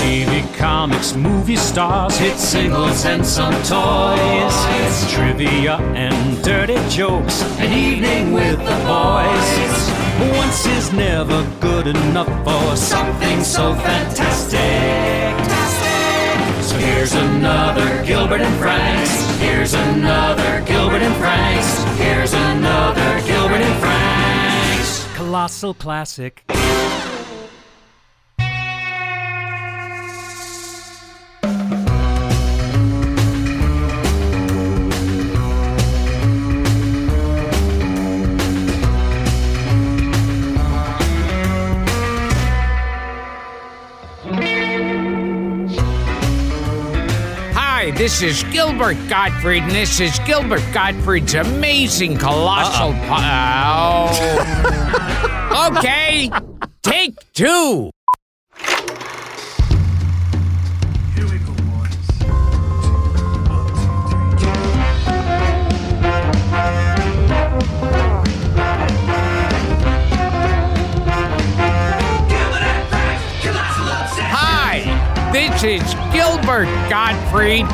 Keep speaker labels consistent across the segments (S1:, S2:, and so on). S1: TV, comics, movie stars, hit singles, and some toys. It's trivia and dirty jokes, an evening with the boys. Once is never good enough for something so fantastic. So here's another Gilbert and Franks. Here's another Gilbert and Franks. Here's another Gilbert and Franks. Colossal classic.
S2: Hi, this is Gilbert Gottfried, and this is Gilbert Gottfried's amazing colossal. Po- oh. okay, take two.
S3: Here we go, boys.
S2: Hi, this is Gilbert Gottfried,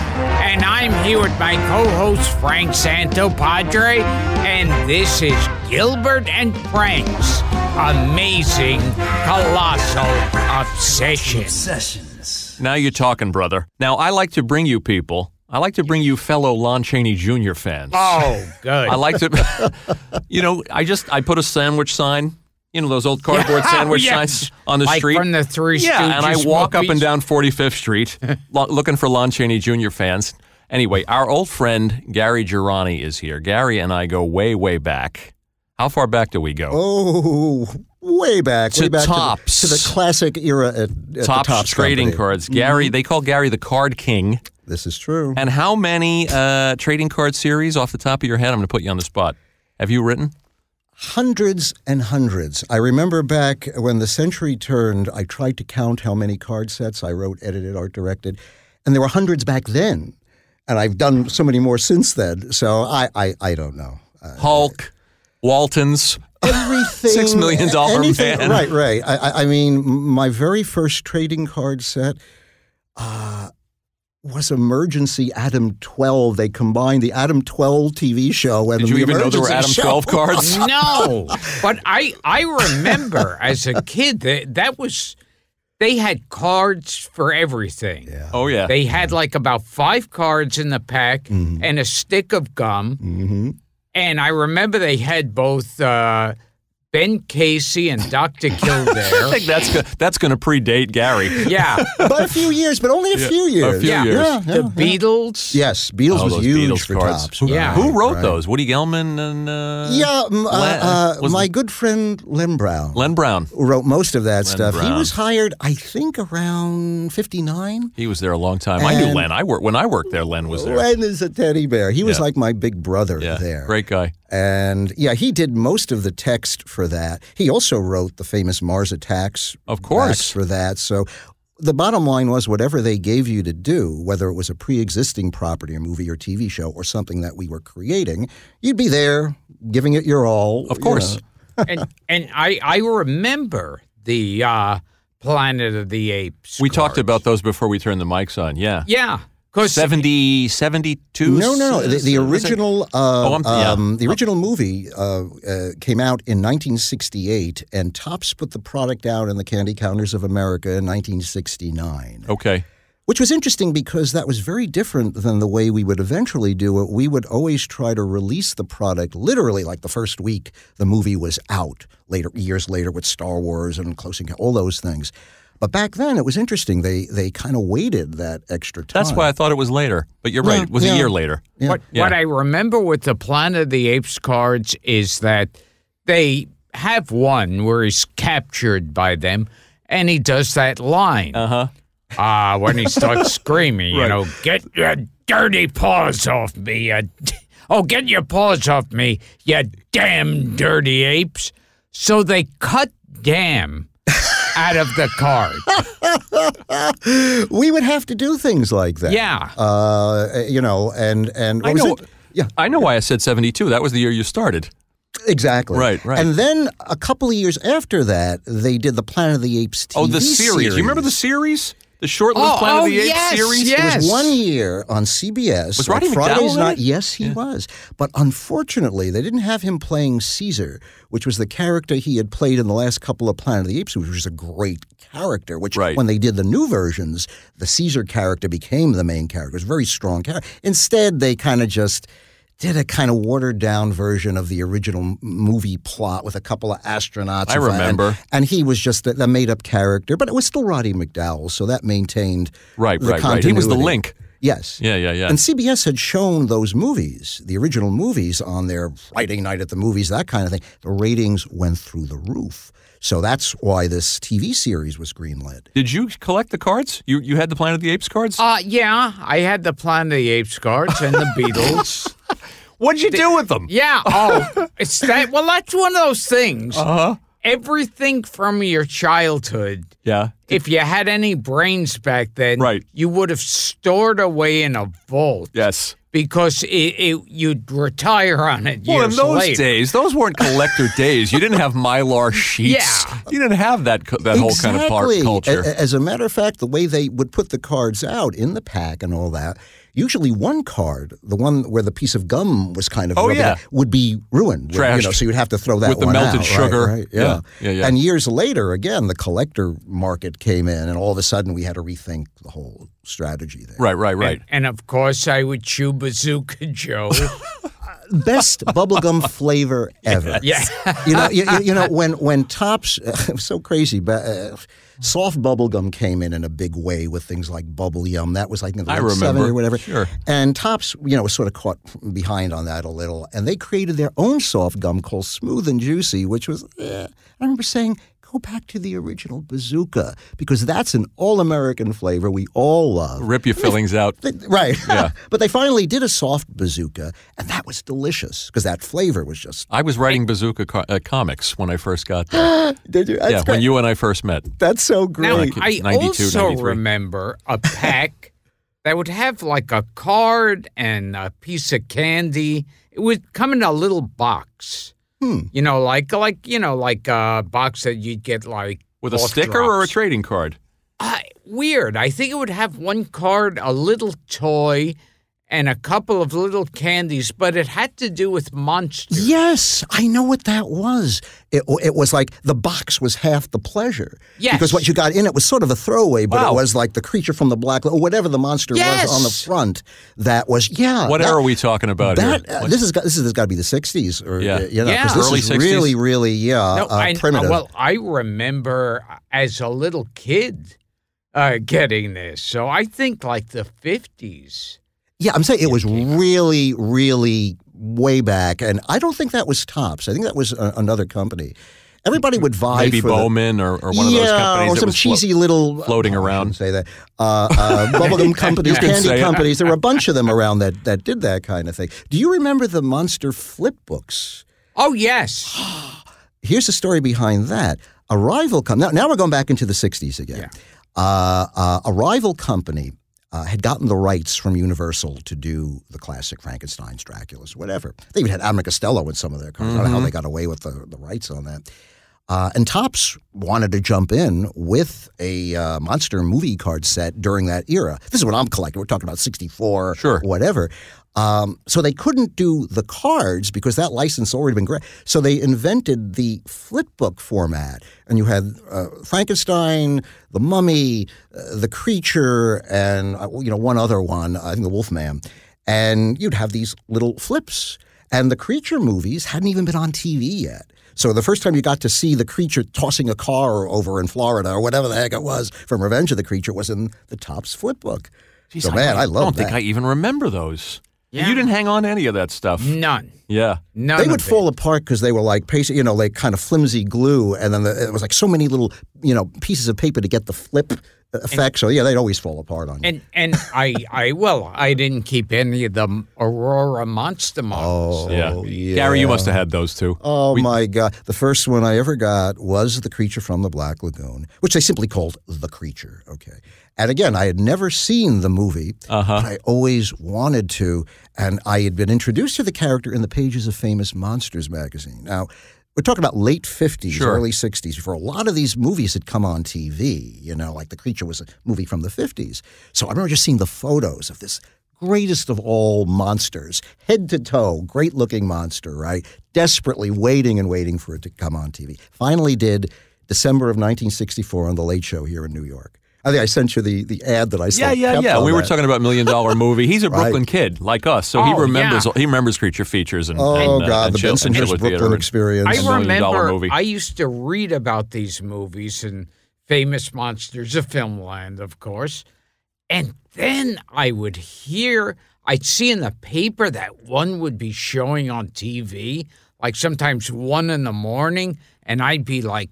S2: and I'm here with my co-host Frank Santopadre, and this is Gilbert and Frank's amazing colossal obsession.
S3: Sessions.
S4: Now you're talking, brother. Now I like to bring you people. I like to bring you fellow Lon Chaney Jr. fans.
S2: Oh, good.
S4: I like to, you know, I just I put a sandwich sign, you know, those old cardboard
S2: Yeah.
S4: sandwich
S2: Yes.
S4: signs on the
S2: Like
S4: street.
S2: from the Three
S4: yeah, and I
S2: Stooges
S4: walk up
S2: movies?
S4: and down 45th Street lo- looking for Lon Chaney Jr. fans. Anyway, our old friend Gary Girani is here. Gary and I go way, way back. How far back do we go?
S5: Oh, way back,
S4: To
S5: way back
S4: Topps.
S5: to the, to the classic era at, at
S4: Topps
S5: the Topps
S4: trading
S5: Company.
S4: cards.
S2: Mm-hmm.
S4: Gary, they call Gary the Card King.
S5: This is true.
S4: And how many uh, trading card series off the top of your head? I'm going to put you on the spot. Have you written?
S5: hundreds and hundreds. I remember back when the century turned, I tried to count how many card sets I wrote, edited, art directed, and there were hundreds back then. And I've done so many more since then. So I, I, I don't know. Uh,
S4: Hulk, Waltons.
S5: everything.
S4: Six million dollar
S5: anything-
S4: man.
S5: Right, right. I, I- I mean, m- my very first trading card set uh, was Emergency Adam 12. They combined the Adam 12 TV show and
S4: Did
S5: the
S4: you even know there were
S5: Emergency
S4: Adam 12
S5: show.
S4: cards?
S2: No,
S4: Oh.
S2: but I I remember as a kid that that was they had cards for everything.
S4: Oh, yeah.
S2: They had like about five cards in the pack
S4: Mm-hmm.
S2: and a stick of gum. And I remember they had both uh, Ben Casey and Dr.
S4: I
S2: Kildare.
S4: think that's, go- that's going to predate Gary.
S2: yeah.
S5: but a few years, but only a few years.
S4: few
S2: Yeah.
S4: years.
S5: Yeah, yeah.
S2: The Beatles.
S5: Yes, Beatles
S4: Oh,
S5: was
S4: those
S5: huge
S4: Beatles
S5: for
S4: cards.
S5: Tops.
S4: Who,
S2: Yeah.
S4: who wrote
S5: Right.
S4: those? Woody Gelman and. Uh,
S5: Yeah, m- uh,
S4: Len-
S5: uh,
S4: was-
S5: my good friend Len Brown
S4: Len Brown.
S5: wrote most of that stuff. He
S4: Brown.
S5: was hired, I think, around 59.
S4: He was there a long time. I knew
S5: And-
S4: Len. I worked When I worked there, Len was there.
S5: Len is a teddy bear. He was
S4: Yeah.
S5: like my big brother
S4: yeah.
S5: there.
S4: Great guy.
S5: And yeah, he did most of the text for that. He also wrote the famous Mars attacks.
S4: Of course.
S5: backs for that. So the bottom line was whatever they gave you to do, whether it was a pre-existing property, a movie or TV show, or something that we were creating, you'd be there giving it your all.
S4: Of
S5: you
S4: course.
S5: know.
S2: and and I, I remember the uh, Planet of the Apes.
S4: We talked
S2: cards.
S4: about those before we turned the mics on. Yeah.
S2: Yeah. Because
S4: 70, 72?
S5: No, no, the, the
S4: Was it-
S5: original. Uh,
S4: Oh, I'm- yeah.
S5: um, the original movie uh, uh, came out in 1968, and Topps put the product out in the candy counters of America in 1969.
S4: Okay.
S5: Which was interesting because that was very different than the way we would eventually do it. We would always try to release the product literally like the first week the movie was out, later years later with Star Wars and Close Encounter, all those things. But back then it was interesting. They they kind of waited that extra time.
S4: That's why I thought it was later. But you're right.
S5: Yeah,
S4: It was a
S5: yeah.
S4: year later.
S2: What,
S4: Yeah.
S2: what I remember with the Planet of the Apes cards is that they have one where he's captured by them and he does that line. Uh-huh. Ah, when he starts screaming, you know, get your dirty paws off me. You d- oh, get your paws off me, you damn dirty apes. So they cut damn out of the card.
S5: we would have to do things like that.
S2: Yeah.
S5: Uh, you know, and and what
S4: I
S5: was
S4: know-
S5: it? Yeah.
S4: I know why I said 72. That was the year you started.
S5: Exactly.
S4: Right, right.
S5: And then a couple of years after that, they did the Planet of the Apes TV
S4: Oh, the Oh, series. You remember the
S5: series?
S4: series? The short-lived
S2: Oh,
S4: Planet
S2: oh,
S4: of the Apes
S2: yes,
S4: series.
S2: yes.
S5: It was one year on CBS.
S4: Was
S5: on
S4: Roddy McDowell
S5: Fridays
S4: in it?
S5: night. Yes, he was. But unfortunately, they didn't have him playing Caesar, which was the character he had played in the last couple of Planet of the Apes, which was a great character. Which,
S4: Right.
S5: when they did the new versions, the Caesar character became the main character. It was a very strong character. Instead, they kind of just. Did a kind of watered down version of the original m- movie plot with a couple of astronauts.
S4: I
S5: and-
S4: remember.
S5: And he was just a, a made up character, but it was still Roddy McDowell, so that maintained
S4: Right,
S5: the
S4: right, right. He was the
S5: continuity.
S4: link.
S5: Yes.
S4: Yeah, yeah, yeah.
S5: And CBS had shown those movies, the original movies, on their Friday night at the movies, that kind of thing. The ratings went through the roof. So that's why this TV series was greenlit.
S4: Did you collect the cards? You you had the Planet of the Apes cards?
S2: Uh, yeah, I had the Planet of the Apes cards and the Beatles.
S4: What'd you do with them?
S2: Yeah. Oh, it's that. Well, that's one of those things.
S4: Uh-huh.
S2: Uh huh. Everything from your childhood,
S4: Yeah.
S2: if you had any brains back then,
S4: Right.
S2: you would have stored away in a vault
S4: Yes.
S2: because it, it you'd retire on it
S4: Well, in
S2: years
S4: those
S2: later.
S4: days, those weren't collector days. You didn't have mylar sheets.
S2: Yeah.
S4: You didn't have that cu- that whole kind of part
S5: Exactly.
S4: culture.
S5: A- a- As a matter of fact, the way they would put the cards out in the pack and all that, usually one card, the one where the piece of gum was kind of
S4: Oh,
S5: rubbing
S4: yeah.
S5: out, would be ruined. would- You know,
S4: Trashed.
S5: so you'd have to throw that
S4: With the
S5: one
S4: melted
S5: out,
S4: sugar.
S5: Right, right,
S4: Yeah.
S5: yeah.
S4: Yeah, yeah.
S5: And years later, again, the collector market came in, and all of a sudden we had to rethink the whole strategy there.
S4: right, right, right.
S2: And of course, I would chew Bazooka Joe.
S5: Best bubblegum flavor ever.
S2: yeah.
S5: you know, you, you- you know when when tops it was so crazy, but uh, soft bubble gum came in in a big way with things like bubble yum. That was like in the
S4: I
S5: late 70s
S4: remember.
S5: or whatever.
S4: Sure.
S5: And tops, you know, was sort of caught behind on that a little, and they created their own soft gum called Smooth and Juicy, which was. eh. I remember saying. Go back to the original bazooka because that's an all-American flavor we all love.
S4: Rip your fillings out.
S5: They- Right. but they finally did a soft bazooka, and that was delicious because that flavor was just.
S4: I was writing Bazooka co- uh, comics when I first got there.
S5: Did you? That's
S4: yeah, when
S5: great.
S4: you and I first met.
S5: That's so great.
S2: Now,
S4: Like
S2: I
S4: 92,
S2: also
S4: 93.
S2: remember a pack that would have like a card and a piece of candy. It would come in a little box.
S4: Hmm.
S2: You know, like like you know, like a box that you'd get like
S4: With a
S2: cough
S4: sticker or a
S2: drops.
S4: trading card?
S2: Uh, weird. I think it would have one card, a little toy, and a couple of little candies, but it had to do with monsters.
S5: Yes, I know what that was. It, it was like the box was half the pleasure.
S2: Yes.
S5: Because what you got in it was sort of a throwaway, but
S4: Wow.
S5: it was like the creature from the black, or whatever the monster
S2: Yes.
S5: was on the front. That was, yeah.
S4: What
S5: that,
S4: era are we talking about
S5: That,
S4: here?
S5: uh, this, is, got- this has got to be the 60s. Or,
S4: Yeah.
S5: uh, you know,
S2: Yeah.
S5: 'cause this
S4: Early
S5: is
S4: 60s?
S5: really, really, yeah,
S2: No,
S5: uh,
S2: I,
S5: primitive.
S2: Well, I remember as a little kid uh, getting this. So I think like the 50s.
S5: yeah, I'm saying it was really, really way back. And I don't think that was Tops. I think that was a, another company. Everybody would vie
S4: Maybe
S5: for the-
S4: Bowman or, or one of
S5: yeah,
S4: those companies.
S5: or
S4: that
S5: some
S4: was flo-
S5: cheesy little
S4: floating
S5: oh, I
S4: around.
S5: shouldn't Say that uh, uh, bubblegum companies,
S4: You can say
S5: candy
S4: it.
S5: companies. There were a bunch of them around that that did that kind of thing. Do you remember the monster flip books?
S2: Oh, yes.
S5: Here's the story behind that. A rival com- now, now we're going back into the 60s again. Uh, uh, a rival company uh, had gotten the rights from Universal to do the classic Frankenstein's, Dracula's, whatever. They even had Abbott Costello in some of their cars. I don't know how they got away with the, the rights on that. Uh, and Tops wanted to jump in with a uh, monster movie card set during that era. This is what I'm collecting. We're talking about 64,
S4: Sure.
S5: whatever. Um, so they couldn't do the cards because that license already been granted. So they invented the flip book format. And you had uh, Frankenstein, the mummy, uh, the creature, and uh, you know one other one, I think the Wolfman. And you'd have these little flips. And the creature movies hadn't even been on TV yet. So the first time you got to see the creature tossing a car over in Florida or whatever the heck it was from Revenge of the Creature was in the Topps flip book. so man, I,
S4: don't
S5: love that.
S4: think I even remember those. You didn't hang on to any of that stuff.
S2: None.
S4: Yeah.
S2: None.
S5: they
S2: of
S5: would
S2: it.
S5: fall apart because they were like, paste- you know, like kind of flimsy glue, and then the, it was like so many little, you know, pieces of paper to get the flip effect. so yeah, they'd always fall apart on you.
S2: And and I I well I didn't keep any of the Aurora monster models.
S4: Yeah.
S5: Oh, yeah.
S4: Gary, you must have had those too.
S5: Oh my God! The first one I ever got was the creature from the Black Lagoon, which they simply called the creature. Okay, and again, I had never seen the movie, but I always wanted to, and I had been introduced to the character in the pages of Famous Monsters magazine. Now. We're talking about late 50s,
S4: Sure.
S5: early 60s, before a lot of these movies had come on TV. You know, like The Creature was a movie from the 50s. So I remember just seeing the photos of this greatest of all monsters, head to toe, great looking monster, right? Desperately waiting and waiting for it to come on TV. Finally did December of 1964 on The Late Show here in New York. I think I sent you the, the ad that I
S4: Yeah,
S5: still
S4: yeah,
S5: kept
S4: yeah.
S5: on
S4: We were
S5: that.
S4: talking about Million Dollar Movie. He's a
S5: Right.
S4: Brooklyn kid like us, so he
S2: Oh,
S4: remembers
S2: yeah.
S4: he remembers creature features and
S5: Oh,
S4: and, uh,
S5: God,
S4: and
S5: the
S4: Chil-
S5: Benson
S4: and
S5: Hirsch
S4: Chiller Theater
S5: Brooklyn
S4: and-
S5: experience.
S2: I
S4: million dollar
S2: remember
S4: movie.
S2: I used to read about these movies and famous monsters of filmland, of course. And then I would hear, I'd see in the paper that one would be showing on TV, like sometimes one in the morning, and I'd be like,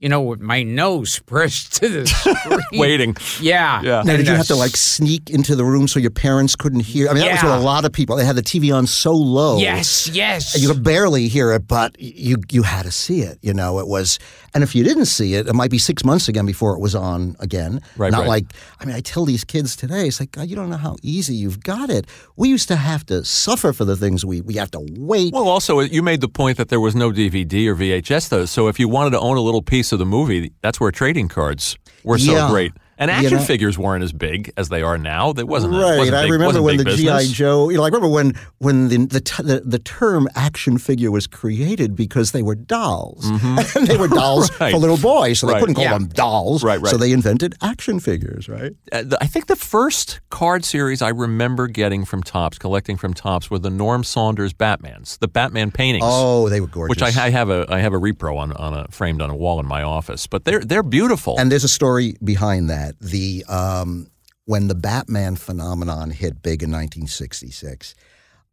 S2: you know, with my nose pressed to the screen.
S4: Waiting.
S2: Yeah.
S4: Yeah.
S5: Now, did you
S2: And
S5: have to
S2: that's-
S5: like sneak into the room so your parents couldn't hear? I mean, that was
S2: Yeah.
S5: what a lot of people. They had the TV on so low.
S2: Yes, yes.
S5: You could barely hear it, but you you had to see it. You know, it was, and if you didn't see it, it might be six months again before it was on again.
S4: Right,
S5: Not
S4: right.
S5: like I mean, I tell these kids today, it's like God, you don't know how easy you've got it. We used to have to suffer for the things we we have to wait.
S4: Well, also you made the point that there was no DVD or VHS though, so if you wanted to own a little piece of the movie, that's where trading cards were so
S5: Yeah.
S4: great. And
S5: You
S4: action
S5: know-
S4: figures weren't as big as they are now. There wasn't.
S5: Right,
S4: It wasn't
S5: I
S4: big-
S5: remember
S4: wasn't
S5: when the
S4: big business.
S5: GI Joe. You know, I remember when when the the, t- the the term action figure was created because they were dolls, and they were dolls
S4: Mm-hmm. Right.
S5: for little boys, so they
S4: Right.
S5: couldn't call
S2: Yeah.
S5: them dolls.
S4: Right, right.
S5: So they invented action figures, right?
S4: uh, the- I think the first card series I remember getting from Tops, collecting from Tops, were the Norm Saunders Batmans, the Batman paintings.
S5: Oh, they were gorgeous.
S4: Which I, I have a I have a repro on, on a framed on a wall in my office, but they're they're beautiful.
S5: And there's a story behind that. The um, when the Batman phenomenon hit big in 1966.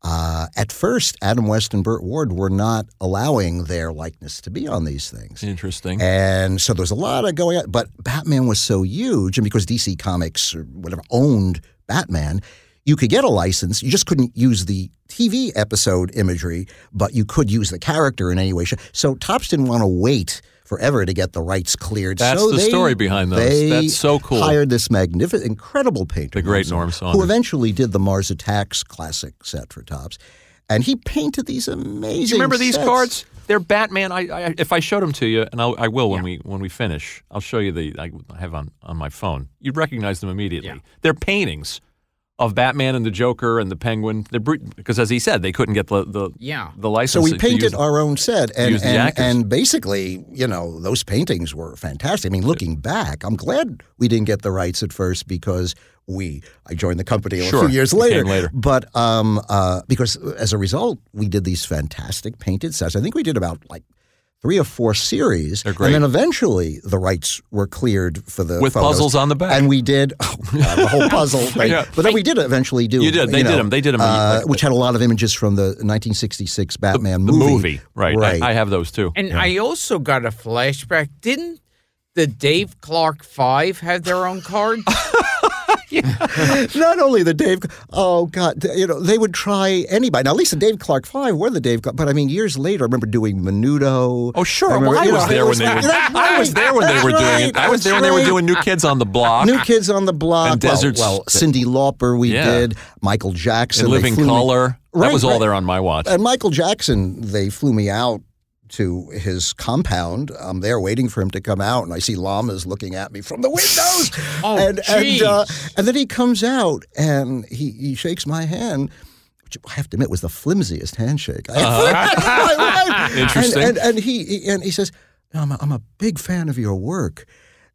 S5: Uh, at first, Adam West and Burt Ward were not allowing their likeness to be on these things.
S4: Interesting.
S5: And so there's a lot of going on. But Batman was so huge, and because DC Comics or whatever owned Batman, you could get a license. You just couldn't use the TV episode imagery, but you could use the character in any way. shape- So Tops didn't want to wait forever to get the rights cleared.
S4: That's
S5: so
S4: the
S5: they-
S4: story behind those.
S5: they
S4: That's so cool.
S5: Hired this magnificent, incredible painter,
S4: The great Norm Saunders.
S5: who eventually did the Mars Attacks classic set for Tops. And he painted these amazing.
S4: Do you remember these
S5: sets.
S4: cards? They're Batman. I, I if I showed them to you, and I'll, I will when we when we finish, I'll show you the I I have on on my phone. You'd recognize them immediately. They're paintings of Batman and the Joker and the Penguin. They're brut- because as he said, they couldn't get the the
S2: Yeah.
S4: the license.
S5: So we
S4: to
S5: painted
S4: use-
S5: our own set, and
S4: use the
S5: and,
S4: actors.
S5: and basically, you know, those paintings were fantastic. I mean, looking back, I'm glad we didn't get the rights at first because we I joined the company a
S4: Sure,
S5: few years
S4: you came
S5: later.
S4: later.
S5: But um, uh, because as a result, we did these fantastic painted sets. I think we did about like. Three or four series,
S4: They're great.
S5: and then eventually the rights were cleared for the
S4: With
S5: photos.
S4: puzzles on the back.
S5: and we did oh God, the whole puzzle thing.
S4: Yeah.
S5: But then we did eventually do.
S4: You did. They did 'em. They did 'em.
S5: uh,
S4: Like-
S5: which had a lot of images from the 1966 Batman
S4: the
S5: movie.
S4: movie, right? I-
S5: Right.
S4: I, have those too.
S2: And I also got a flashback. Didn't the Dave Clark Five have their own card?
S5: Not only the Dave, oh God, you know they would try anybody. Now, at least the Dave Clark Five were the Dave, Clark, but I mean, years later, I remember doing Menudo.
S4: Oh sure,
S5: I remember-
S4: well, I
S5: you
S4: was
S5: know,
S4: there
S5: it
S4: when they were.
S5: that's
S4: I was
S5: right,
S4: there when they
S5: that's
S4: were doing
S5: right,
S4: it. I was there
S5: that's
S4: when they were
S5: right.
S4: doing New Kids on the Block.
S5: New Kids on the Block.
S4: And
S5: well,
S4: Deserts-
S5: Well, Cindy Lauper, we
S4: Yeah.
S5: did. Michael Jackson.
S4: and
S5: they
S4: Living
S5: flew me-
S4: Color. that
S5: Right,
S4: was all
S5: right.
S4: there on my watch.
S5: And Michael Jackson, they flew me out to his compound. I'm there waiting for him to come out, and I see llamas looking at me from the windows.
S2: Oh,
S5: and and, uh,
S2: jeez.
S5: and then he comes out and he, he shakes my hand. which I have to admit, was the flimsiest handshake I ever had in my life.
S4: Uh-huh. Interesting.
S5: And, and, and he, he and he says, "I'm a, I'm a big fan of your work."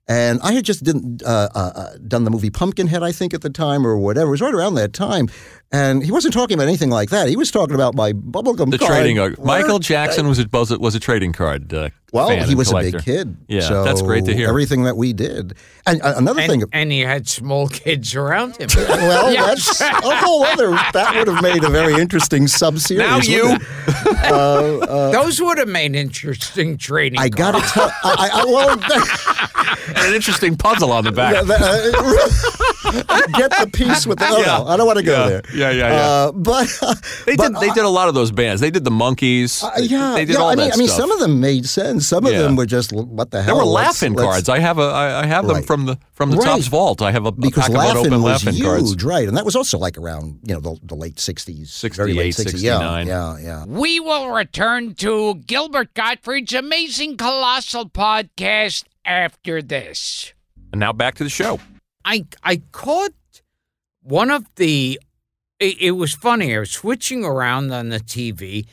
S5: And I had just didn't, uh, uh, uh, done the movie Pumpkinhead, I think, at the time or whatever. It was right around that time, and he wasn't talking about anything like that. He was talking about my bubblegum
S4: the
S5: card.
S4: trading card.
S5: Where-
S4: Michael Jackson was a was a, was a trading card. Uh,
S5: Well,
S4: fan
S5: he
S4: and
S5: was
S4: collector.
S5: a big kid.
S4: Yeah, that's
S5: so
S4: great to hear.
S5: Everything that we did, and uh, another thing.
S2: and, and he had small kids around him.
S5: Well,
S2: Yeah.
S5: that's a whole other. That would have made a very interesting sub-series.
S4: Now
S5: wouldn't
S4: you.
S5: it?
S2: Those would have made interesting training.
S5: I gotta tell. I, I, I well,
S4: and an interesting puzzle on the back.
S5: that- that- uh, get the piece with the. Oh,
S4: Yeah.
S5: no, I don't want to go
S4: Yeah.
S5: there.
S4: Yeah, yeah, yeah.
S5: Uh, but uh,
S4: they
S5: but,
S4: did. They did a lot of those bands. They did the monkeys.
S5: Uh, yeah,
S4: they did
S5: yeah,
S4: all
S5: I mean,
S4: that
S5: I mean,
S4: stuff.
S5: some of them made sense. Some of
S4: Yeah.
S5: them were just, "L- what the hell?
S4: There were
S5: let's-
S4: laughing
S5: let's-"
S4: cards. I have a I, I have them
S5: Right.
S4: from the from the
S5: Right.
S4: Topps vault. I have a, a
S5: because
S4: pack of
S5: laughing
S4: open
S5: was
S4: laughing
S5: huge,
S4: cards.
S5: right? And that was also like around you know the, the late sixties,
S4: 68, 69.
S5: Yeah, yeah, yeah.
S2: We will return to Gilbert Gottfried's amazing colossal podcast after this.
S4: And now back to the show.
S2: I I caught one of the. It, it was funny. I was switching around on the TV,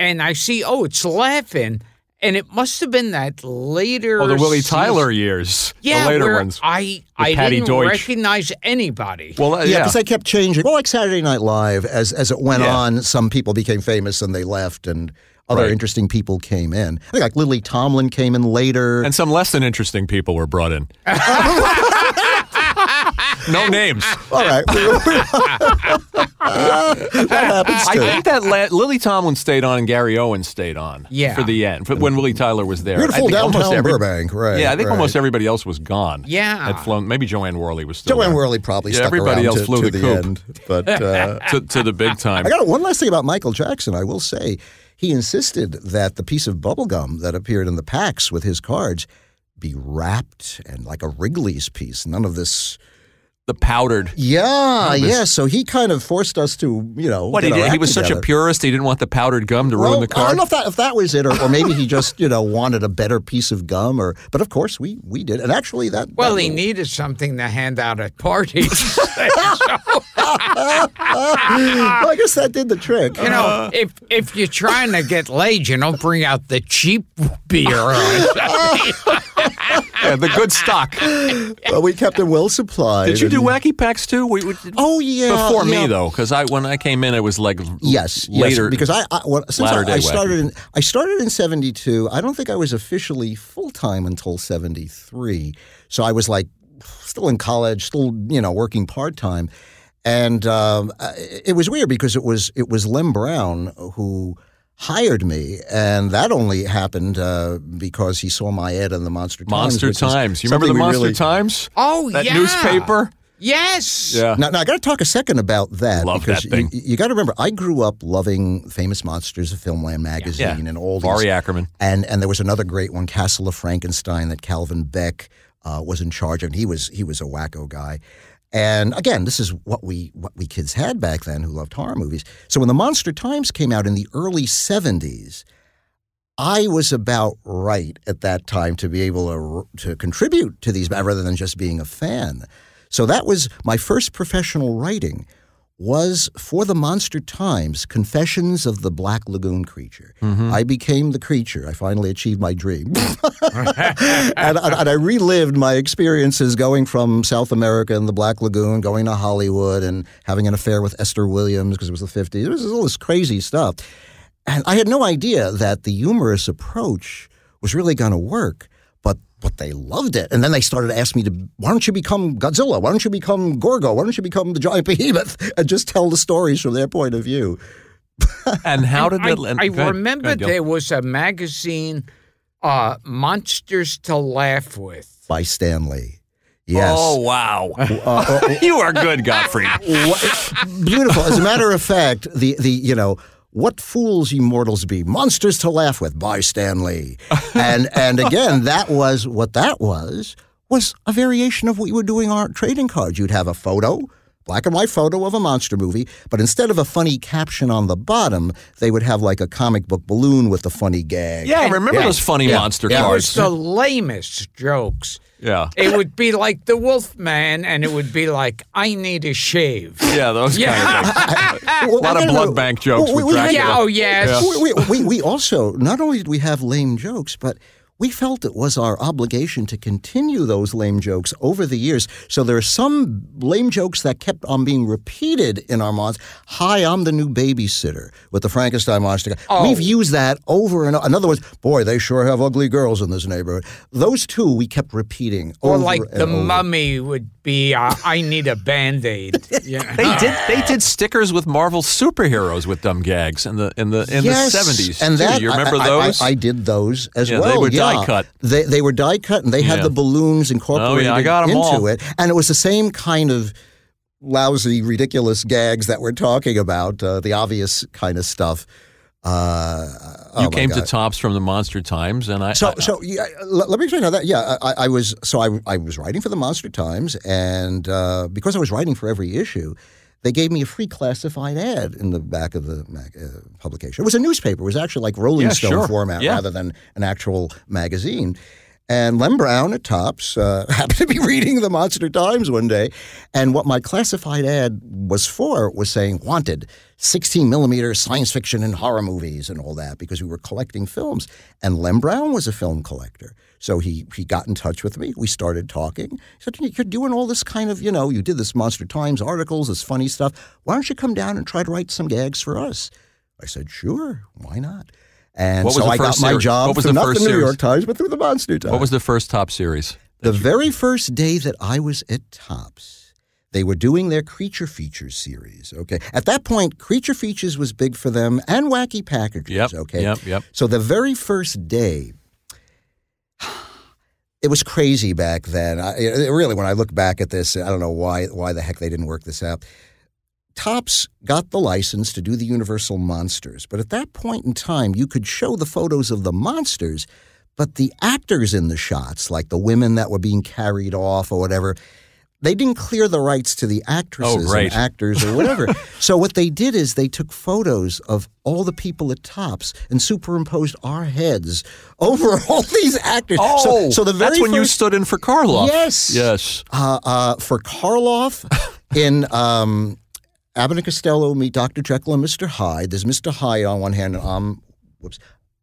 S2: and I see oh, it's laughing, and it must have been that later.
S4: Oh, the Willie
S2: season-
S4: Tyler years.
S2: Yeah,
S4: the later
S2: where
S4: ones.
S2: I I
S4: Patty
S2: didn't
S4: Deutsch.
S2: recognize anybody.
S4: well, uh,
S5: Yeah,
S4: yeah.
S5: because they kept changing. Well, like Saturday Night Live, as as it went
S4: Yeah.
S5: on, some people became famous and they left, and other
S4: Right.
S5: interesting people came in. I think like Lily Tomlin came in later.
S4: and some less than interesting people were brought in. no names.
S5: All right, that happens
S4: I
S5: too.
S4: think that la- Lily Tomlin stayed on and Gary Owen stayed on.
S2: Yeah.
S4: for the end, for when Willie Tyler was there. I
S5: Beautiful
S4: think almost
S5: downtown
S4: every-
S5: Burbank, right?
S4: Yeah, I think
S5: right.
S4: almost everybody else was gone.
S2: Yeah.
S4: had flown. Maybe Joanne Worley was still.
S5: Joanne
S4: there.
S5: Worley probably
S4: Yeah,
S5: stuck
S4: everybody
S5: around
S4: else
S5: to,
S4: flew the
S5: to the,
S4: coop.
S5: end, but. Uh,
S4: to, to the big time.
S5: I got one last thing about Michael Jackson. I will say he insisted that the piece of bubblegum that appeared in the packs with his cards be wrapped and like a Wrigley's piece. None of this.
S4: the powdered.
S5: Yeah, yeah. So he kind of forced us to, you know,
S4: What he
S5: get our
S4: did? He
S5: act
S4: was such a
S5: together.
S4: purist. He didn't want the powdered gum to
S5: Well,
S4: ruin the
S5: I
S4: card.
S5: don't know if that if that was it, or, or maybe he just you know wanted a better piece of gum, or but of course we we did, and actually that
S2: Well,
S5: that
S2: he
S5: little-
S2: needed something to hand out at parties.
S5: well, I guess that did the trick.
S2: You know, if if you're trying to get laid, you don't bring out the cheap beer. Or something.
S4: Yeah, the good stock.
S5: But we kept him well supplied.
S4: Did you do
S5: and-
S4: wacky packs too? We, we,
S5: Oh yeah,
S4: before me
S5: yeah.
S4: though, because I when I came in, it was like
S5: Yes,
S4: later
S5: yes, because I, I well, since
S4: latter day
S5: I, I
S4: wacky.
S5: started in I started in seventy two. I don't think I was officially full time until seventy three. So I was like still in college, still you know working part time, and um, I- it was weird because it was it was Lem Brown who hired me, and that only happened uh, because he saw my ad in the Monster Times.
S4: Monster
S5: which is
S4: Times. You remember the
S5: something we
S4: Monster
S5: really-
S4: Times?
S2: Oh,
S4: that
S2: yeah.
S4: newspaper.
S2: Yes.
S4: Yeah.
S5: Now, now I got to talk a second about that
S4: Love
S5: because
S4: that thing.
S5: you, got to remember I grew up loving Famous Monsters of Filmland magazine
S4: Yeah.
S5: and all these
S4: Laurie Ackerman.
S5: and and there was another great one, Castle of Frankenstein, that Calvin Beck uh, was in charge of. And he was he was a wacko guy. And again, this is what we what we kids had back then who loved horror movies. So when the Monster Times came out in the early '70s, I was about right at that time to be able to to contribute to these rather than just being a fan. So that was my first professional writing was for the Monster Times Confessions of the Black Lagoon Creature. I became the creature. I finally achieved my dream. and, and- and I relived my experiences going from South America and the Black Lagoon, going to Hollywood and having an affair with Esther Williams because it was the 50s. It was all this crazy stuff. And I had no idea that the humorous approach was really going to work, but but they loved it. And then they started to ask me to, why don't you become Godzilla? Why don't you become Gorgo? Why don't you become the giant behemoth and just tell the stories from their point of view?
S4: And how did
S2: I,
S4: that? and-
S2: I
S4: go ahead,
S2: remember
S4: go ahead, Gil.
S2: there was a magazine, uh, Monsters to Laugh With.
S5: By Stanley. Yes. Uh,
S4: Oh wow, you are good, Godfrey.
S5: Beautiful. As a matter of fact, the the you know what fools ye mortals be, monsters to laugh with by Stanley, and and again that was what that was was a variation of what you were doing on trading cards. You'd have a photo. Black and white photo of a monster movie, but instead of a funny caption on the bottom, they would have like a comic book balloon with a funny gag.
S4: Yeah, I remember those funny
S5: Yeah.
S4: monster
S5: Yeah.
S2: It was
S4: cards.
S2: the lamest jokes.
S4: yeah,
S2: It would be like the Wolfman, and it would be like, I need a shave.
S4: yeah, those kind of things.
S5: Well,
S4: lot
S5: I
S4: of
S5: gotta
S4: blood
S5: know-
S4: bank jokes
S5: Well,
S4: with
S5: we- we had-
S4: Dracula.
S2: Yeah, oh, yes.
S4: Yeah.
S5: we, we, we, we also not only did we have lame jokes, but we felt it was our obligation to continue those lame jokes over the years. So there are some lame jokes that kept on being repeated in our months. Hi, I'm the new babysitter with the Frankenstein monster. guy.
S2: Oh.
S5: We've used that over and over. In other words, boy, they sure have ugly girls in this neighborhood. Those two we kept repeating.
S2: Or
S5: over
S2: like
S5: and
S2: the
S5: over.
S2: mummy would be, uh, I need a band aid. Yeah.
S4: They did. They did stickers with Marvel superheroes with dumb gags in the in the in
S5: yes.
S4: the seventies.
S5: And that,
S4: you
S5: I-
S4: remember
S5: I, I-
S4: those?
S5: I, did those as
S4: Yeah, they
S5: well.
S4: were
S5: yeah.
S4: die-cut.
S5: They, they were die cut, and they had
S4: Yeah. Oh,
S5: the balloons incorporated
S4: got 'em
S5: into
S4: all.
S5: it. And it was the same kind of lousy, ridiculous gags that we're talking about, uh, the obvious kind of stuff. Uh, oh
S4: you
S5: my
S4: came to
S5: God.
S4: Tops from the Monster Times, and I.
S5: So,
S4: I-
S5: so yeah, let, let me explain how that. Yeah, I, I was so I, I was writing for the Monster Times, and uh, because I was writing for every issue, they gave me a free classified ad in the back of the mag, uh, publication. It was a newspaper. It was actually like Rolling
S4: Yeah,
S5: Stone
S4: sure.
S5: format
S4: Yeah.
S5: rather than an actual magazine. And Lem Brown at Tops uh, happened to be reading the Monster Times one day, and what my classified ad was for was saying wanted 16 millimeter science fiction and horror movies and all that because we were collecting films. And Lem Brown was a film collector, so he he got in touch with me. We started talking. He said, "You're doing all this kind of you know you did this Monster Times articles, this funny stuff. Why don't you come down and try to write some gags for us?" I said, "Sure, why not?" And
S4: What was
S5: so
S4: the
S5: I got
S4: first
S5: my
S4: series?
S5: job
S4: What was
S5: through
S4: the
S5: not
S4: first
S5: the New
S4: series?
S5: York Times, but through the Monster Times.
S4: what was the first Top series?
S5: The very first day that I was at Tops, they were doing their Creature Features series. Okay. At that point, Creature Features was big for them and Wacky Packages.
S4: Yep,
S5: okay.
S4: yep, yep.
S5: So the very first day, it was crazy back then. I, it- really, when I look back at this, I don't know why why the heck they didn't work this out. Tops got the license to do the Universal Monsters, but at that point in time, you could show the photos of the monsters, but the actors in the shots, like the women that were being carried off or whatever, they didn't clear the rights to the actresses
S4: right.
S5: and actors or whatever. so what they did is they took photos of all the people at Tops and superimposed our heads over all these actors.
S4: Oh,
S5: so, so the very
S4: that's when you
S5: first-
S4: stood in for Karloff.
S5: Yes.
S4: Yes.
S5: uh, uh, for Karloff in um, Abbott and Costello meet Dr. Jekyll and Mr. Hyde. There's Mr. Hyde on one hand, and I'm, whoops,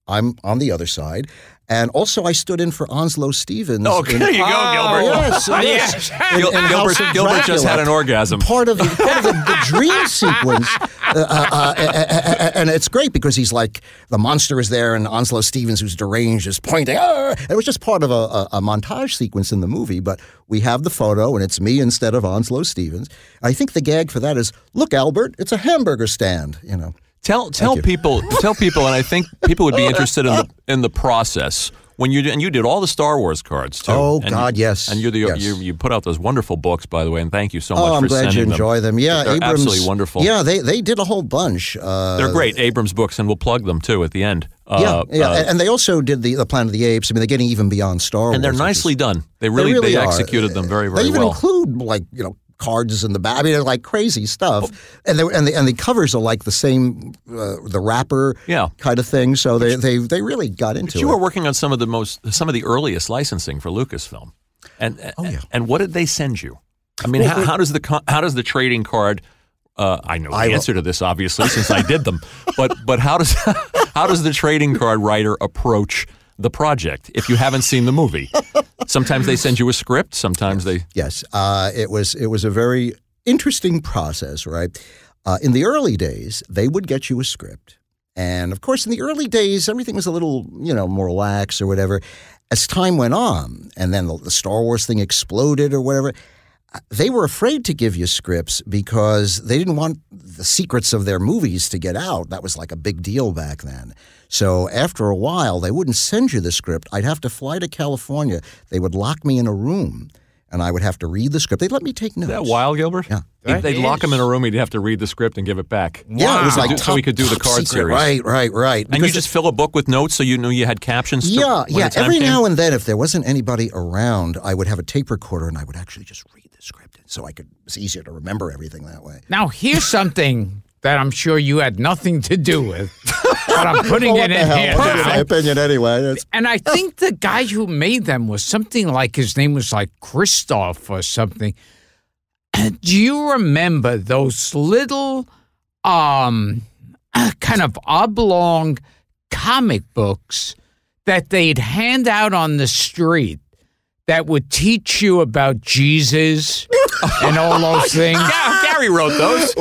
S5: I'm on the other side. And also, I stood in for Onslow Stevens.
S4: Oh,
S5: in-
S4: there you go, Gilbert.
S5: Yes, yes. In-
S4: Gil- Gilbert,
S5: in House of
S4: Gilbert just
S5: Dracula.
S4: had an orgasm.
S5: Part of part of the, the dream sequence, uh, uh, uh, uh, uh, and it's great because he's like the monster is there, and Onslow Stevens, who's deranged, is pointing. "Arr!" It was just part of a, a, a montage sequence in the movie, but we have the photo, and it's me instead of Onslow Stevens. I think the gag for that is, look, Albert, it's a hamburger stand. You know,
S4: Tell tell
S5: you.
S4: people tell people, and I think people would be interested in the in the process when you did- and you did all the Star Wars cards too.
S5: Oh,
S4: And you-
S5: God, yes.
S4: And you're the
S5: Yes.
S4: you, you put out those wonderful books, by the way, and thank you so much.
S5: oh, I'm
S4: for
S5: glad you
S4: sending
S5: enjoy them. Yeah,
S4: they're
S5: Abrams,
S4: absolutely wonderful.
S5: Yeah, they they did a whole bunch. Uh,
S4: they're great Abrams books, and we'll plug them too at the end.
S5: yeah,
S4: Uh,
S5: yeah,
S4: uh,
S5: and, and they also did the, the Planet of the Apes. I mean, they're getting even beyond Star Wars.
S4: and they're
S5: which is-
S4: nicely done. They really they,
S5: really are.
S4: executed them very very
S5: they even
S4: well.
S5: include like you know cards in the back. I mean, they're like crazy stuff,
S4: Oh.
S5: and they and the and the covers are like the same, uh, the wrapper
S4: Yeah.
S5: kind of thing. So they they they really got into
S4: you
S5: it.
S4: were working on some of the most some of the earliest licensing for Lucasfilm, and
S5: Oh, yeah.
S4: and what did they send you? I mean, how, how does the co- how does the trading card? Uh, I know the
S5: I will-
S4: answer to this obviously since I did them, but but how does how does the trading card writer approach the project if you haven't seen the movie? Sometimes they send you a script. Sometimes they
S5: Yes, uh, it was it was a very interesting process, right? Uh, in the early days, they would get you a script, and of course, in the early days, everything was a little you know more lax or whatever. As time went on, and then the, the Star Wars thing exploded or whatever, uh, they were afraid to give you scripts because they didn't want the secrets of their movies to get out. That was like a big deal back then. So after a while, they wouldn't send you the script. I'd have to fly to California. They would lock me in a room and I would have to read the script. They'd let me take notes.
S4: that wild Gilbert. Yeah,
S2: That
S4: they'd lock
S2: is-
S4: him in a room. He'd have to read the script and give it back.
S5: Yeah, it was
S2: Wow.
S5: like
S4: So we could do the
S5: top
S4: card
S5: secret.
S4: series.
S5: Right, right, right.
S4: And you
S5: Because-
S4: just fill a book with notes so you knew you had captions. to-
S5: yeah,
S4: when
S5: yeah.
S4: the time
S5: Every
S4: came?
S5: now and then, if there wasn't anybody around, I would have a tape recorder and I would actually just read the script, so I could. It's easier to remember everything that way.
S2: Now, here's something that I'm sure you had nothing to do with, but I'm putting
S5: Well,
S2: it
S5: what
S2: in
S5: the
S2: here
S5: hell? That's my
S2: now.
S5: opinion anyway. That's-
S2: And I think the guy who made them was something like his name was like Christoph or something. And do you remember those little, um, kind of oblong comic books that they'd hand out on the street that would teach you about Jesus and all those things?
S4: Yeah, Gary wrote those.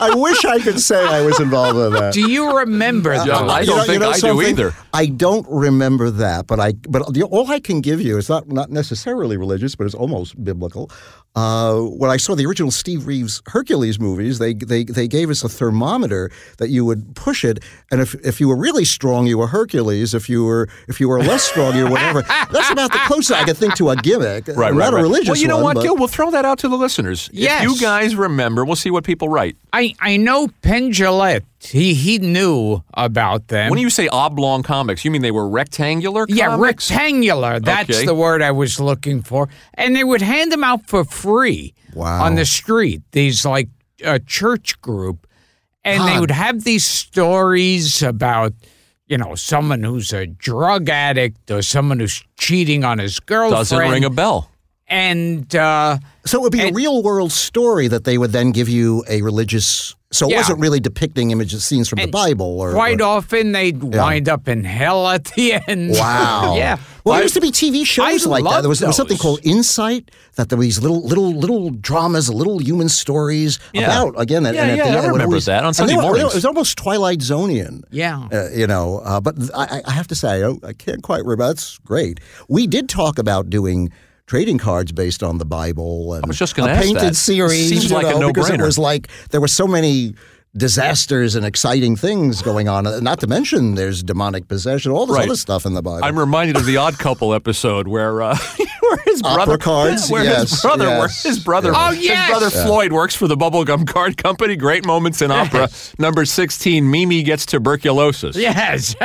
S5: I wish I could say I was involved in that.
S2: Do you remember
S4: Yeah,
S2: those?
S4: I
S5: You
S4: don't
S5: know- you
S4: think
S5: know
S4: I do
S5: something?
S4: either.
S5: I don't remember that, but I but the, all I can give you is not not necessarily religious, but it's almost biblical. Uh, when I saw the original Steve Reeves Hercules movies, they they they gave us a thermometer that you would push it, and if if you were really strong, you were Hercules. If you were if you were less strong, you were whatever. That's about the closest I could think to a gimmick.
S4: Right, right,
S5: not
S4: right.
S5: a religious
S4: Well, you know
S5: one,
S4: what,
S5: but-
S4: Gil? We'll throw that out to the listeners.
S2: Yes.
S4: If you guys remember, we'll see what people write.
S2: I, I know Penn Jillette, he, he knew about them.
S4: When you say oblong comics, you mean they were rectangular comics?
S2: yeah, rectangular. That's
S4: Okay.
S2: the word I was looking for. And they would hand them out for free
S5: Wow.
S2: on the street, these like a church group. And they
S5: Huh.
S2: would have these stories about, you know, someone who's a drug addict or someone who's cheating on his girlfriend.
S4: Doesn't ring a bell.
S2: And uh,
S5: So it would be a real world story that they would then give you a religious. So it
S2: Yeah.
S5: wasn't really depicting images, scenes from the Bible or.
S2: quite
S5: or-
S4: Uh-huh.
S2: often they'd wind up in hell at the end.
S5: Wow.
S2: yeah.
S5: Well, there used to be TV shows
S2: I
S5: like that.
S2: love
S5: There was, there was something
S2: those.
S5: called Insight that there were these little, little, little dramas, little human stories
S4: Yeah.
S5: about again. and-
S4: Yeah,
S5: and at
S4: yeah,
S5: the
S4: I
S5: end, it would
S4: remember
S5: always-
S4: that on
S5: and they
S4: Sunday
S5: were- they were-
S4: mornings.
S5: It was almost Twilight Zonian.
S2: Yeah.
S5: uh, you know. Uh, but th- I, I- I have to say, I, don't- I can't quite remember. That's great. We did talk about doing trading cards based on the Bible and
S4: was just gonna
S5: a
S4: ask
S5: painted
S4: that.
S5: series.
S4: Seems
S5: you
S4: like a
S5: know, because it
S4: no-brainer.
S5: was like there were so many disasters and exciting things going on. uh, Not to mention there's demonic possession, all this
S4: Right.
S5: other stuff in the Bible.
S4: I'm reminded of the Odd Couple episode where uh, where his
S5: Opera
S4: brother
S5: cards,
S4: where
S5: yes,
S4: his brother
S5: yes.
S4: where his brother
S2: Oh, yes!
S4: his brother Floyd works for the Bubblegum Card Company. Great moments in opera. Number sixteen, Mimi gets tuberculosis.
S2: Yes.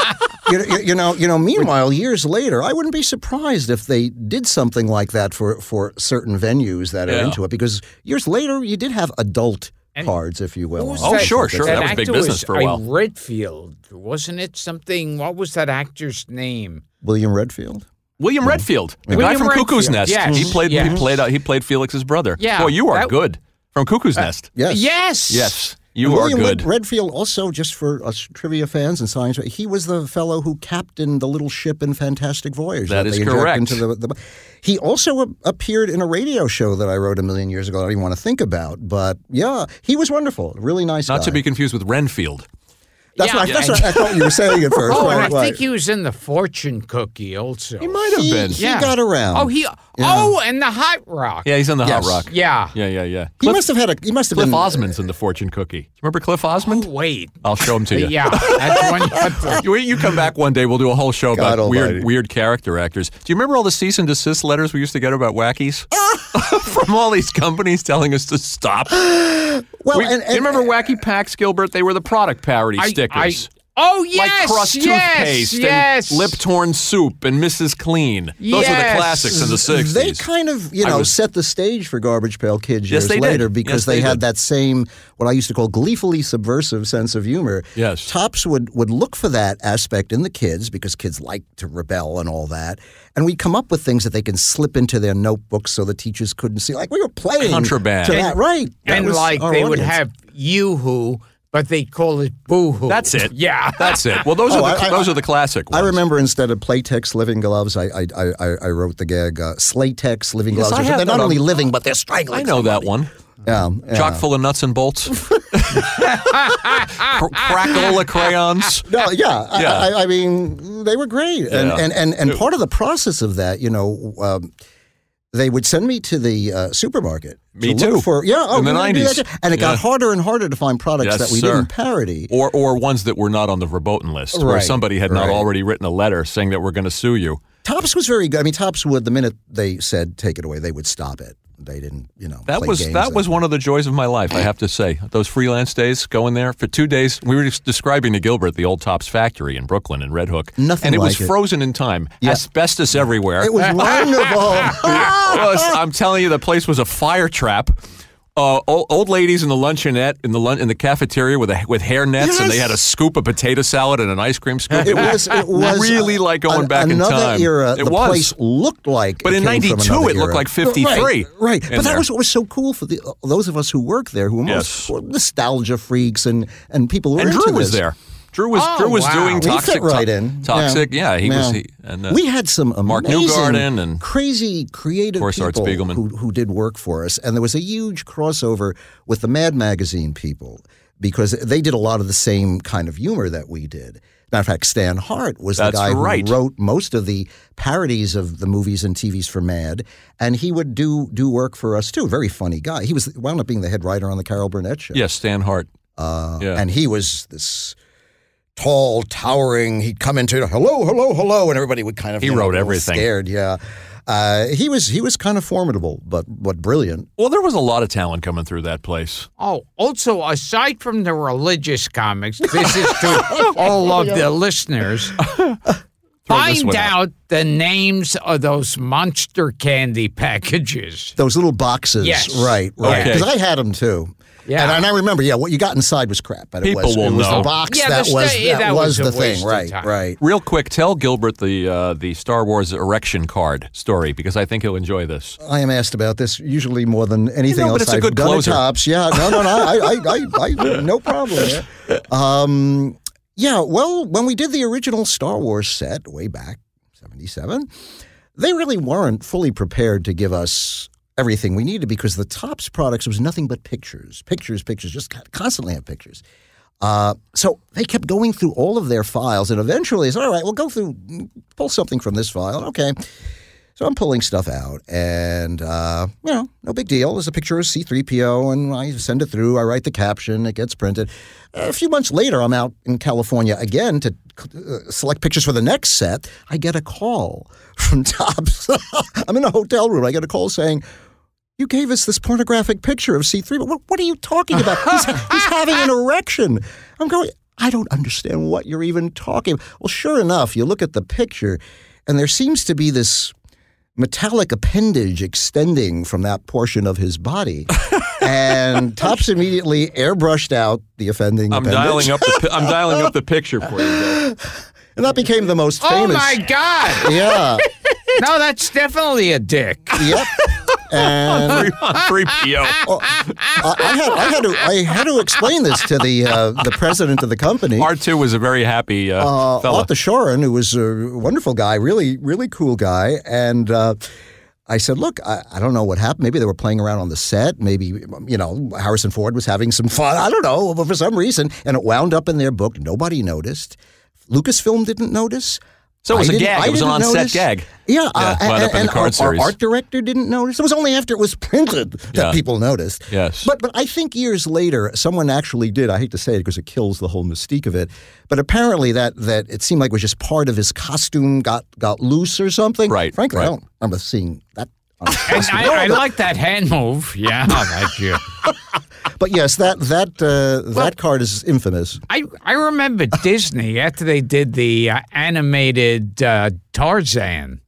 S5: you, you, you know, you know. Meanwhile, years later, I wouldn't be surprised if they did something like that for for certain venues that are
S4: Yeah.
S5: into it, because years later you did have adult cards, if you will.
S2: Who was
S5: on
S4: Oh,
S2: that-
S4: sure, sure. That was
S2: actor
S4: big business for a while.
S2: I- Redfield, wasn't it? Something. What was that actor's name?
S5: William Redfield. Mm-hmm.
S4: William Redfield, the guy
S2: William
S4: from Cuckoo's
S2: Redfield,
S4: Nest.
S2: yes,
S4: He played he
S2: yes.
S4: played uh, he played Felix's brother.
S2: Yeah,
S4: Boy, you are
S2: that- Uh,
S4: good from Cuckoo's Nest.
S5: Yes.
S2: Yes.
S4: Yes, you
S5: And
S4: are
S5: William
S4: good.
S5: Red- Redfield also, just for us trivia fans and science, he was the fellow who captained the little ship in Fantastic Voyage.
S4: That is
S5: they inject
S4: correct.
S5: Into the, the- he also a- appeared in a radio show that I wrote a million years ago. that I didn't want to think about, but yeah, he was wonderful. Really nice.
S4: Not
S5: guy.
S4: to be confused with Renfield.
S5: That's,
S2: Yeah.
S5: what, I- that's what I thought you were saying at first.
S2: Oh, and
S5: right,
S2: I
S5: right.
S2: think he was in the Fortune Cookie also.
S4: He might have
S5: He-
S4: been.
S5: he got around.
S2: Oh, he. Oh, and the Hot Rock.
S4: Yeah, he's on the
S5: Yes.
S4: Hot Rock.
S2: Yeah.
S4: yeah, yeah, yeah.
S5: He
S4: Cliff,
S5: must have had a. He must have
S4: Cliff
S5: been.
S4: Osmond's in the Fortune Cookie. Remember Cliff Osmond?
S2: Oh, wait.
S4: I'll show him to you.
S2: Yeah. That's one. that's-
S4: you, you come back one day, we'll do a whole show
S5: God
S4: about weird,
S5: almighty.
S4: weird character actors. Do you remember all the cease and desist letters we used to get about wackies from all these companies telling us to stop?
S5: Well,
S4: We- do you
S5: and, and- uh,
S4: remember Wacky Pax Gilbert? They were the product parody
S2: I-
S4: stickers.
S2: I- oh yes.
S4: like crust
S2: yes.
S4: toothpaste
S2: yes.
S4: and lip torn soup and Mrs. Clean. Those were the
S2: Yes.
S4: classics in the 60s.
S5: They kind of, you
S4: I
S5: know,
S4: was-
S5: set the stage for Garbage Pail Kids
S4: Yes,
S5: years
S4: they did.
S5: later
S4: Yes,
S5: because
S4: they
S5: they, had
S4: did.
S5: that same what I used to call gleefully subversive sense of humor.
S4: Yes.
S5: Tops would would look for that aspect in the kids because kids like to rebel and all that, and we'd come up with things that they can slip into their notebooks so the teachers couldn't see. Like we were playing
S4: Contraband.
S5: to that, right? That
S2: and
S5: was
S2: like
S5: our
S2: they would
S5: audience.
S2: have Yoo-Hoo, but they call it Boo-Hoo.
S4: That's it.
S2: Yeah.
S4: That's it. Well, those
S5: Oh,
S4: are the,
S5: I- I-
S4: those are the classic ones.
S5: I remember instead of Playtex Living Gloves, I I, I, I- I wrote the gag uh, Slaytex Living
S4: Yes, I
S5: Gloves. which
S4: have
S5: they're
S4: that
S5: not
S4: on-
S5: only living, but they're strangling.
S4: I know that one.
S5: somebody. Yeah, yeah.
S4: Chock full of nuts and bolts. Cr- Crackola crayons.
S5: No, yeah, I-
S4: Yeah.
S5: I, I, mean, they were great, and
S4: Yeah.
S5: and and, and part of the process of that, you know, um, they would send me to the uh, supermarket.
S4: Me
S5: to look
S4: too.
S5: For yeah, oh,
S4: In the
S5: we would do
S4: 90s.
S5: that too. and it
S4: Yeah.
S5: got harder and harder to find products
S4: Yes,
S5: that we
S4: sir.
S5: didn't parody.
S4: or or ones that were not on the verboten list, where
S5: Right,
S4: somebody had not
S5: right.
S4: already written a letter saying that we're going to sue you.
S5: Tops was very good. I mean, Tops would the minute they said take it away, they would stop it. They didn't, you know.
S4: That
S5: play
S4: was
S5: games
S4: that was one of the joys of my life, I have to say. Those freelance days, going there for two days, we were just describing to Gilbert the old Tops factory in Brooklyn in Red Hook,
S5: Nothing
S4: and it
S5: like
S4: was
S5: it.
S4: frozen in time, asbestos everywhere.
S5: It was wonderful.
S4: Well, it's- I'm telling you, the place was a fire trap. Uh, old, old ladies in the luncheonette in the lun- in the cafeteria with a, with hair nets, and they
S5: Yes.
S4: had a scoop of potato salad and an ice cream scoop.
S5: It was. It was
S4: really
S5: uh,
S4: like going
S5: an-
S4: back in
S5: another
S4: time.
S5: era.
S4: It
S5: the
S4: was.
S5: place looked like.
S4: But
S5: it
S4: in
S5: came from
S4: 92,
S5: another
S4: it looked
S5: era.
S4: like 53
S5: Right. right.
S4: in
S5: But that
S4: there.
S5: was what was so cool for the those of us who work there, who are
S4: Yes.
S5: most were nostalgia freaks and and people who were
S4: and
S5: into
S4: Drew was
S5: this.
S4: there. Drew was
S2: Oh,
S4: Drew was
S2: wow.
S4: doing
S5: We
S4: toxic
S5: fit right
S4: to-
S5: in.
S4: toxic. Yeah, he was.
S5: Yeah.
S4: He, and, uh,
S5: we had some amazing,
S4: Mark Newgarden and-
S5: crazy
S4: Of
S5: creative
S4: course, Art
S5: people
S4: Spiegelman.
S5: who who did work for us, and there was a huge crossover with the Mad Magazine people because they did a lot of the same kind of humor that we did. Matter of fact, Stan Hart was
S4: That's
S5: the guy
S4: right.
S5: who wrote most of the parodies of the movies and TVs for Mad, and he would do do work for us too. Very funny guy. He was wound up being the head writer on the Carol Burnett show.
S4: yes, Stan Hart.
S5: Uh,
S4: Yeah.
S5: And he was this tall, towering. He'd come into hello, hello, hello, and everybody would kind of
S4: He
S5: you know,
S4: wrote
S5: be a little
S4: everything.
S5: Scared, yeah. Uh, he was he was kind of formidable, but but brilliant.
S4: Well, there was a lot of talent coming through that place.
S2: Oh, also, aside from the religious comics, this is to all of the listeners. Find
S4: one out.
S2: out the names of those monster candy packages.
S5: Those little boxes,
S2: Yes.
S5: right? Right.
S4: Okay.
S5: Because I had them too.
S2: Yeah.
S5: and, and I remember, yeah, what you got inside was crap, but
S4: People
S5: it was,
S4: will
S5: it was
S4: know.
S5: the box
S2: Yeah,
S5: that,
S2: the
S5: was,
S2: sta-
S5: that
S2: that
S5: was
S2: was a
S5: the thing,
S2: waste of
S5: right?
S2: time.
S5: Right.
S4: Real quick, tell Gilbert the uh, the Star Wars erection card story because I think he'll enjoy this.
S5: I am asked about this usually more than anything
S4: No, but
S5: else.
S4: it's a
S5: I've
S4: good
S5: done
S4: closer.
S5: It tops. Yeah, no, no, no, I, I, I, I no problem. Yeah. Um, yeah, well, when we did the original Star Wars set way back '77, they really weren't fully prepared to give us everything we needed because the tops products was nothing but pictures, pictures, pictures, just constantly have pictures. Uh, so they kept going through all of their files, and eventually, it's all right. We'll go through, pull something from this file. Okay, so I'm pulling stuff out, and uh, you know, no big deal. There's a picture of C-3PO, and I send it through. I write the caption. It gets printed. A few months later, I'm out in California again to uh, select pictures for the next set. I get a call from Tops. I'm in a hotel room. I get a call saying. You gave us this pornographic picture of C3. What, what are you talking about? He's, he's having an erection. I'm going, I don't understand what you're even talking about. Well, sure enough, you look at the picture, and there seems to be this metallic appendage extending from that portion of his body. and Tops immediately airbrushed out the offending
S4: I'm
S5: appendage.
S4: dialing up the pi- I'm dialing up the picture for you. Gil.
S5: And that became the most
S2: Oh
S5: famous.
S2: my God!
S5: Yeah.
S2: No, that's definitely a dick.
S5: yep. And
S4: Three PO.
S5: Well, I, I had I had to I had to explain this to the uh, the president of the company,
S4: R two was a very happy uh,
S5: uh,
S4: fella.
S5: Arthur Shoren, who was a wonderful guy, really really cool guy, and. Uh, I said, look, I, I don't know what happened. Maybe they were playing around on the set. Maybe, you know, Harrison Ford was having some fun. I don't know, but for some reason. And it wound up in their book. Nobody noticed. Lucasfilm didn't notice.
S4: So it was
S5: I
S4: a
S5: didn't-
S4: gag.
S5: I
S4: It was an
S5: didn't
S4: on-set
S5: notice.
S4: gag.
S5: Yeah, uh,
S4: Yeah, wound up in the
S5: and
S4: card
S5: our, our
S4: series.
S5: art director didn't notice. It was only after it was printed that
S4: Yeah.
S5: people noticed.
S4: Yes.
S5: but but I think years later, someone actually did. I hate to say it because it kills the whole mystique of it. But apparently, that that it seemed like it was just part of his costume got got loose or something.
S4: Right,
S5: Frankly,
S4: right.
S5: I don't remember seeing that. on a
S2: And
S5: costume.
S2: I, I like that hand move. Yeah, thank you.
S5: but yes, that that uh, that card is infamous.
S2: I, I remember Disney after they did the uh, animated uh, Tarzan.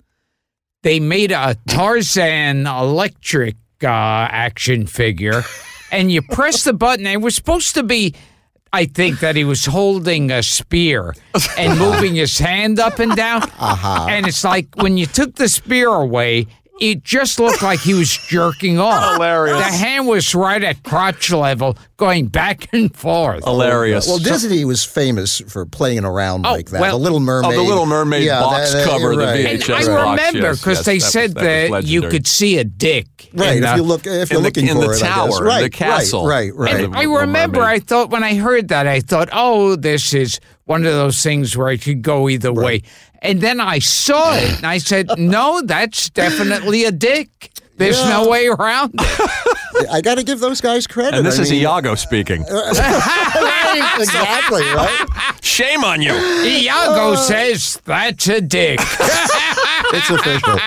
S2: They made a Tarzan electric uh, action figure, and you press the button. and It was supposed to be, I think, that he was holding a spear and moving his hand up and down. And it's like when you took the spear away, it just looked like he was jerking off.
S4: Hilarious.
S2: The hand was right at crotch level, going back and forth.
S4: Hilarious.
S5: Well, Disney was famous for playing around
S2: Oh,
S5: like that.
S2: well-
S5: the Little Mermaid.
S4: Oh, the Little Mermaid
S5: Yeah,
S4: box
S5: that- that-
S4: cover, the
S5: right.
S2: And
S4: VHS
S2: I
S4: Yes, box,
S2: remember
S4: yes,
S2: because
S4: yes,
S2: they
S4: that was-
S2: said
S4: that was
S2: that, you
S4: legendary.
S2: could see a dick.
S5: Right,
S2: in,
S5: if
S2: uh,
S5: you look, if you're
S4: in the-
S5: looking
S4: in
S5: for
S4: the
S5: it, I guess.
S4: tower, in the
S5: right,
S4: castle.
S5: Right, right, right.
S4: And
S2: and I
S4: Little
S2: remember,
S4: Mermaid.
S2: I thought when I heard that, I thought, oh, this is one of those things where it could go either way. And then I saw it, and I said, no, that's definitely a dick. There's no way around it.
S5: I got to give those guys credit.
S4: and this
S5: I
S4: is
S5: mean- uh,
S4: Iago speaking.
S5: Right, exactly right.
S4: Shame on you.
S2: Iago says that's a dick.
S5: It's official.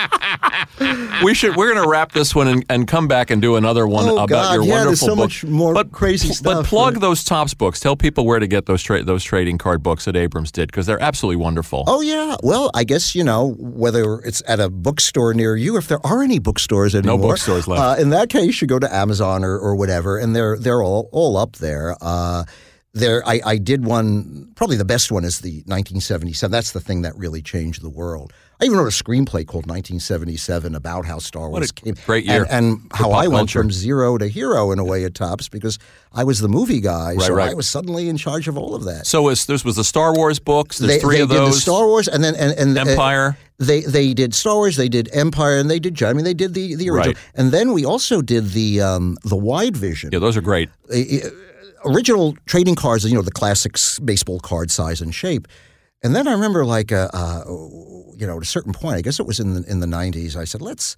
S4: We should. We're going to wrap this one and, and come back and do another one
S5: Oh,
S4: about
S5: God,
S4: your
S5: yeah, there's
S4: wonderful
S5: so
S4: book.
S5: much more crazy
S4: But
S5: stuff,
S4: plug
S5: right?
S4: those tops books. Tell people where to get those tra- those trading card books that Abrams did because they're absolutely wonderful.
S5: Oh yeah. Well, I guess you know whether it's at a bookstore near you, if there are any bookstores anymore.
S4: bookstores left.
S5: Uh, in that case, you go to Amazon or, or whatever, and they're they're all all up there. Uh, there, I, I did one. Probably the best one is the 1977. That's the thing that really changed the world. I even wrote a screenplay called 1977 about how Star Wars came,
S4: great
S5: and-
S4: year
S5: and,
S4: for
S5: how
S4: pop
S5: I went
S4: culture.
S5: from zero to hero in a way at Tops because I was the movie guy, so
S4: right.
S5: I was suddenly in charge of all of that.
S4: So it's, this was the Star Wars books. There's
S5: they,
S4: three
S5: they
S4: of
S5: did the
S4: those.
S5: Star Wars, and then and, and uh,
S4: Empire.
S5: they they did Star Wars, they did Empire, and they did. I mean, they did the the original,
S4: Right.
S5: and then we also did the um, the wide vision
S4: yeah, those are great.
S5: original trading cards. You know, the classic s- baseball card size and shape. And then I remember, like, uh, uh, you know, at a certain point, I guess it was in the in the '90s. I said, let's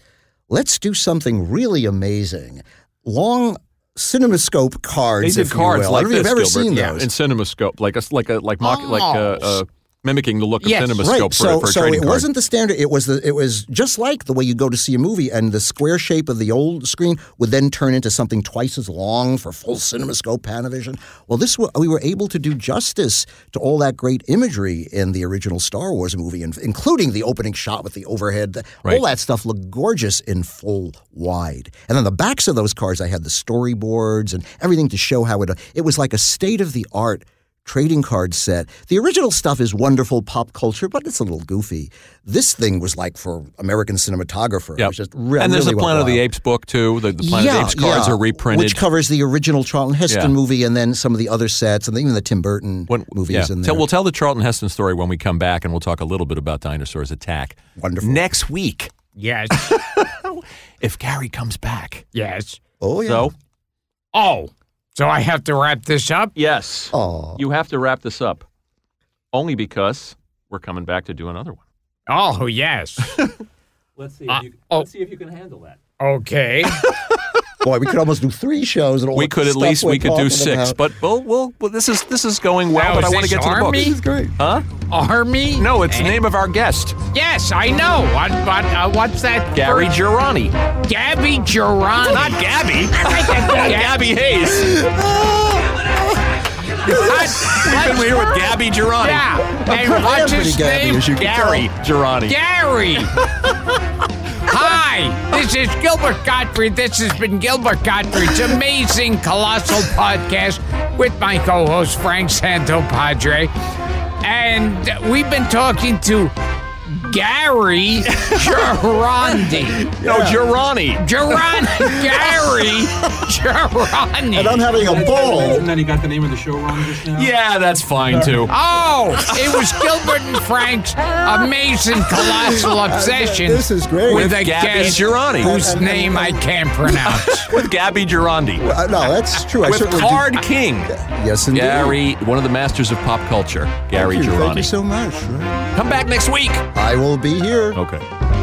S5: let's do something really amazing, long cinemascope cards.
S4: They
S5: if
S4: did
S5: you
S4: cards
S5: will. I
S4: like
S5: don't know if
S4: this,
S5: you've ever
S4: Gilbert,
S5: seen
S4: yeah,
S5: those.
S4: in CinemaScope, like a like a like mock like a,
S2: Oh.
S4: a mimicking the look of
S2: Yes.
S4: CinemaScope
S5: Right,
S4: for,
S5: so
S4: for a
S5: so
S4: trading
S5: it
S4: card.
S5: wasn't the standard. It was the it was just like the way you go to see a movie, and the square shape of the old screen would then turn into something twice as long for full CinemaScope Panavision. Well, this wa- we were able to do justice to all that great imagery in the original Star Wars movie, and including the opening shot with the overhead. The-
S4: Right.
S5: All that stuff looked gorgeous in full wide, and then the backs of those cars, I had the storyboards and everything to show how it. It was like a state of the art trading card set. The original stuff is wonderful pop culture, but it's a little goofy. This thing was like for American cinematographer. It
S4: Yep.
S5: was just re-
S4: and there's a
S5: really
S4: Planet of the
S5: worthwhile.
S4: Apes book too. The, the Planet
S5: yeah,
S4: of the Apes cards
S5: yeah,
S4: are reprinted.
S5: which covers the original Charlton Heston
S4: Yeah.
S5: movie, and then some of the other sets, and even the Tim Burton
S4: When-
S5: movies.
S4: yeah.
S5: in there.
S4: Tell- we'll tell the Charlton Heston story when we come back, and we'll talk a little bit about Dinosaur's Attack.
S5: Wonderful.
S4: Next week,
S2: Yes.
S4: if Gary comes back.
S2: yes.
S5: oh yeah.
S4: So,
S2: Oh, so I have to wrap this up?
S4: yes,
S5: Aw.
S4: you have to wrap this up. Only because we're coming back to do another one.
S2: Oh, yes.
S4: Let's see if
S2: Uh,
S4: you,
S2: oh.
S4: let's see if you can handle that.
S2: Okay.
S5: Boy, we could almost do three shows. And all
S4: We
S5: the
S4: could at
S5: stuff
S4: least
S5: we're
S4: we could do
S5: talking
S4: six,
S5: about.
S4: but we'll, we'll, well this is this is going
S2: Now,
S4: well, but
S2: is
S4: I want to
S2: this
S4: get to the
S2: Army?
S4: book. Huh?
S2: Army?
S4: No, it's
S2: Eh,
S4: the name of our guest,
S2: Yes, I know. What, but uh, what's that?
S4: Gary
S2: first-
S4: Girani.
S2: Gabby Gerani.
S4: Not Gabby.
S2: Gabby.
S4: Gabby Hayes. We've been here with Gabby Girani.
S2: Yeah. And
S5: I am
S2: what's
S5: pretty
S2: his
S5: Gabby,
S2: name?
S5: as you can
S4: Gary
S5: tell.
S4: Girani.
S2: Gary. Hi, this is Gilbert Gottfried. This has been Gilbert Gottfried's amazing colossal podcast with my co-host Frank Santopadre, and we've been talking to Gary Gerondi.
S4: No, Girani.
S2: Geron Gary Gerondi.
S5: And I'm having a ball.
S6: then he got the name of the show wrong just now.
S4: Yeah, that's fine too.
S5: Ah,
S2: Oh, it was Gilbert and Frank's amazing colossal obsession.
S5: This is great.
S2: With a
S4: Gabby
S2: guest
S4: Girani.
S2: whose name I can't pronounce.
S4: With Gabby Girandi.
S5: Uh, no, that's true. I
S4: With
S5: certainly do-
S4: Card King.
S5: Yes, indeed.
S4: Gary, one of the masters of pop culture, Gary
S5: Thank you, thank you
S4: Girani.
S5: so much.
S4: Come back next week.
S5: I will be here.
S4: Okay.